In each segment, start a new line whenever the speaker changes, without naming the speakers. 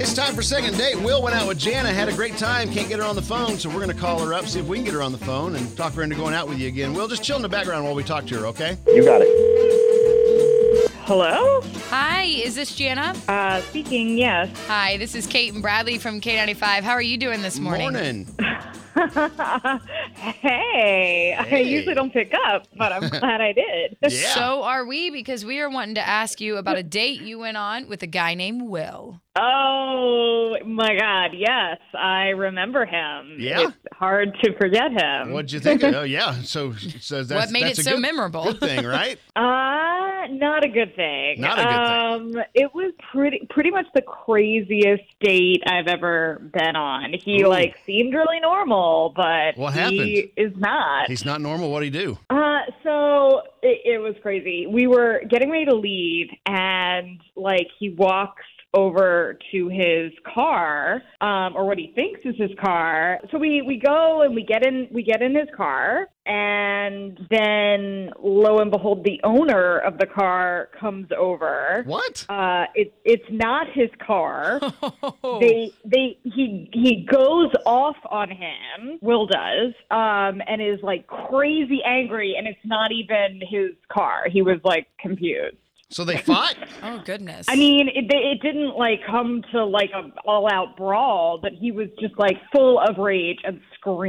It's time for second date. Will went out with Jana, had a great time, can't get her on the phone, so we're gonna call her up, see if we can get her on the phone, and talk her into going out with you again. Will, just chill in the background while we talk to her, okay?
You got it.
Hello?
Hi, is this Jana?
Uh, speaking, yes.
Hi, this is Kate and Bradley from K95. How are you doing this morning?
hey, I
Hey.
usually don't pick up, but I'm glad I did.
Yeah.
So are we because we are wanting to ask you about a date you went on with a guy named Will.
Oh my God, yes. I remember him.
Yeah?
It's hard to forget him.
What'd you think? of- oh yeah. So, so that's
what made
that's
it
a
so
good,
memorable?
Good thing, right?
Uh, not a good thing.
Not a good
um, It was pretty pretty much the craziest date I've ever been on. He
Ooh.
like seemed really normal, but
What
he
happened?
is not.
He's not normal. What'd he do?
Uh, so it, it was crazy. We were getting ready to leave, and like he walks over to his car, um, or what he thinks is his car. So we we go and we get in we get in his car, and then lo and behold, the owner of the car comes over.
What?
Uh, it, it's not his car.
Oh.
Oh.
They they he he goes off on him. Will does, um, and is like crazy angry, and it's not even his car. He was like confused.
So they fought?
Oh goodness.
I mean, it, they- it didn't like come to like a all out brawl, but he was just like full of rage and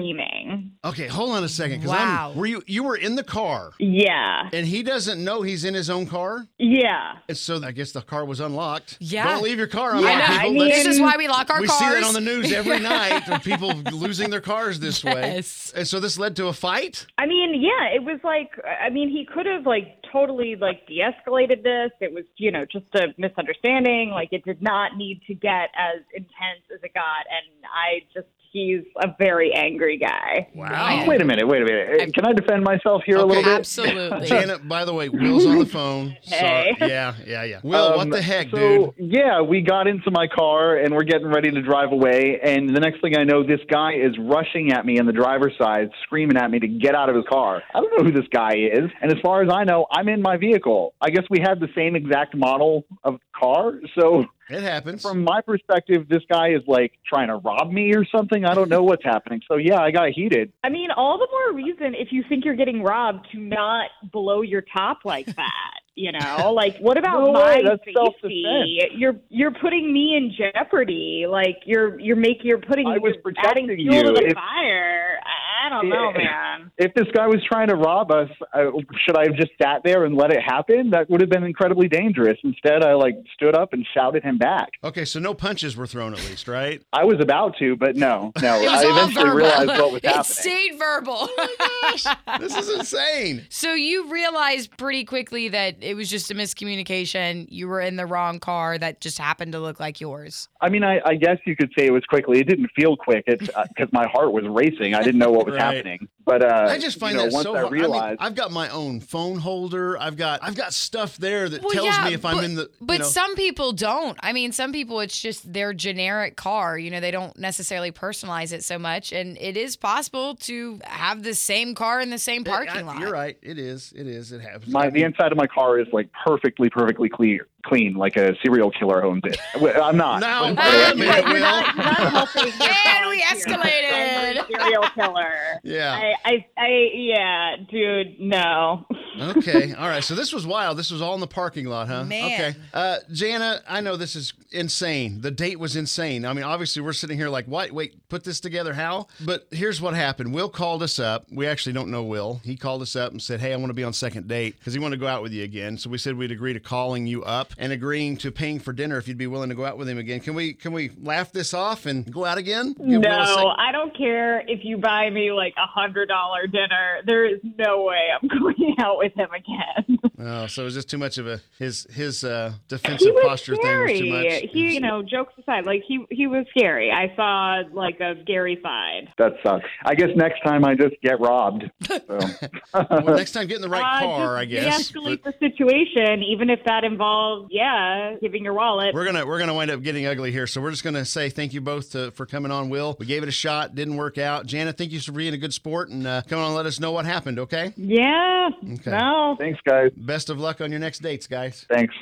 screaming.
Okay, hold on a second. 'cause
Wow.
I'm, were you you were in the car
Yeah,
and he doesn't know he's in his own car?
yeah.
And So I guess the car was unlocked.
Yeah.
Don't leave your car unlocked.
I know.
people.
I mean-
That's-
this is why we lock our
we
cars.
see that on the news every night of people losing their cars this
Yes.
way. And so this led to a fight?
I mean, yeah, it was like I mean, he could have like totally like de-escalated this. It was, you know, just a misunderstanding. Like it did not need to get as intense as it got and I just he's a very angry guy.
Wow.
Wait a minute. Wait a minute. Hey, Can I defend myself here a little bit?
Absolutely.
Janet, by the way, Will's on the phone.
Hey.
Sorry. Yeah, yeah, yeah. Will, what
Um,
the heck,
so,
dude?
Yeah, we got into my car and we're getting ready to drive away. And the next thing I know, this guy is rushing at me in the driver's side, screaming at me to get out of his car. I don't know who this guy is. And as far as I know, I'm in my vehicle. I guess we had the same exact model of car. So
It happens.
from my perspective, this guy is like trying to rob me or something. I don't know what's happening. So yeah, I got heated.
I mean, all the more reason if you think you're getting robbed to not blow your top like that. You know, like what about
No
my
way, that's
safety? You're you're putting me in jeopardy. Like you're you're making you're putting
I was
you're adding
protecting
fuel to
you.
the
If-
fire. I I don't know,
Yeah.
man.
If this guy was trying to rob us, I, should I have just sat there and let it happen? That would have been incredibly dangerous. Instead, I like stood up and shouted him back.
Okay, so no punches were thrown at least, right?
I was about to, but no, no.
it
I
was all
eventually
verbal.
realized what was
it
happening.
stayed verbal.
This is insane.
so you realized pretty quickly that it was just a miscommunication. You were in the wrong car that just happened to look like yours.
I mean, I, I guess you could say it was quickly. It didn't feel quick because my heart was racing. I didn't know what was
Right.
happening. But uh,
I just find
you know,
that
once
so
I
hard. I
realized,
have got my own phone holder. I've got I've got stuff there that tells me if
but,
I'm in the
But
you know,
some people don't. I mean, some people it's just their generic car. You know, they don't necessarily personalize it so much, and it is possible to have the same car in the same
Yeah,
parking
I-
lot.
uh, You're right. It is. It is. It happens.
my the inside of my car is like perfectly, perfectly clear, clean, like a serial killer owns it. Well, I'm not.
Now, um,
But-
wait
uh,
a minute,
You're
Will.
not, you're not helping. your
And we
cause here.
escalated.
Angry serial killer.
Yeah.
I, I, I, yeah, dude, no.
Okay. All right. So this was wild. This was all in the parking lot, huh?
Man.
Okay. Uh, Jana, I know this is insane. The date was insane. I mean, obviously, we're sitting here like, what? Wait, put this together? How? But here's what happened. Will called us up. We actually don't know Will. He called us up and said, hey, I want to be on second date because he wanted to go out with you again. So we said we'd agree to calling you up and agreeing to paying for dinner if you'd be willing to go out with him again. Can we can we laugh this off and go out again? Give Will a sec-
No, I don't care if you buy me like a hundred dollar dinner. There is no way I'm going out with with him again.
Oh, so it was just too much of a his his uh, defensive
he was
posture
scary.
thing was too much.
He, you know, jokes aside, like he he was scary. I saw like a scary side.
That sucks. I guess next time I just get robbed. So.
Well, next time, get in the right
Uh,
car, I
just
guess.
De-escalate
But
the situation, even if that involves, yeah, giving your wallet.
We're gonna we're gonna wind up getting ugly here, so we're just gonna say thank you both to, for coming on. Will we gave it a shot, didn't work out. Janet, thank you for being a good sport and uh, coming on. and Let us know what happened. Okay.
yeah. No.
Thanks, guys.
Best of luck on your next dates, guys.
Thanks.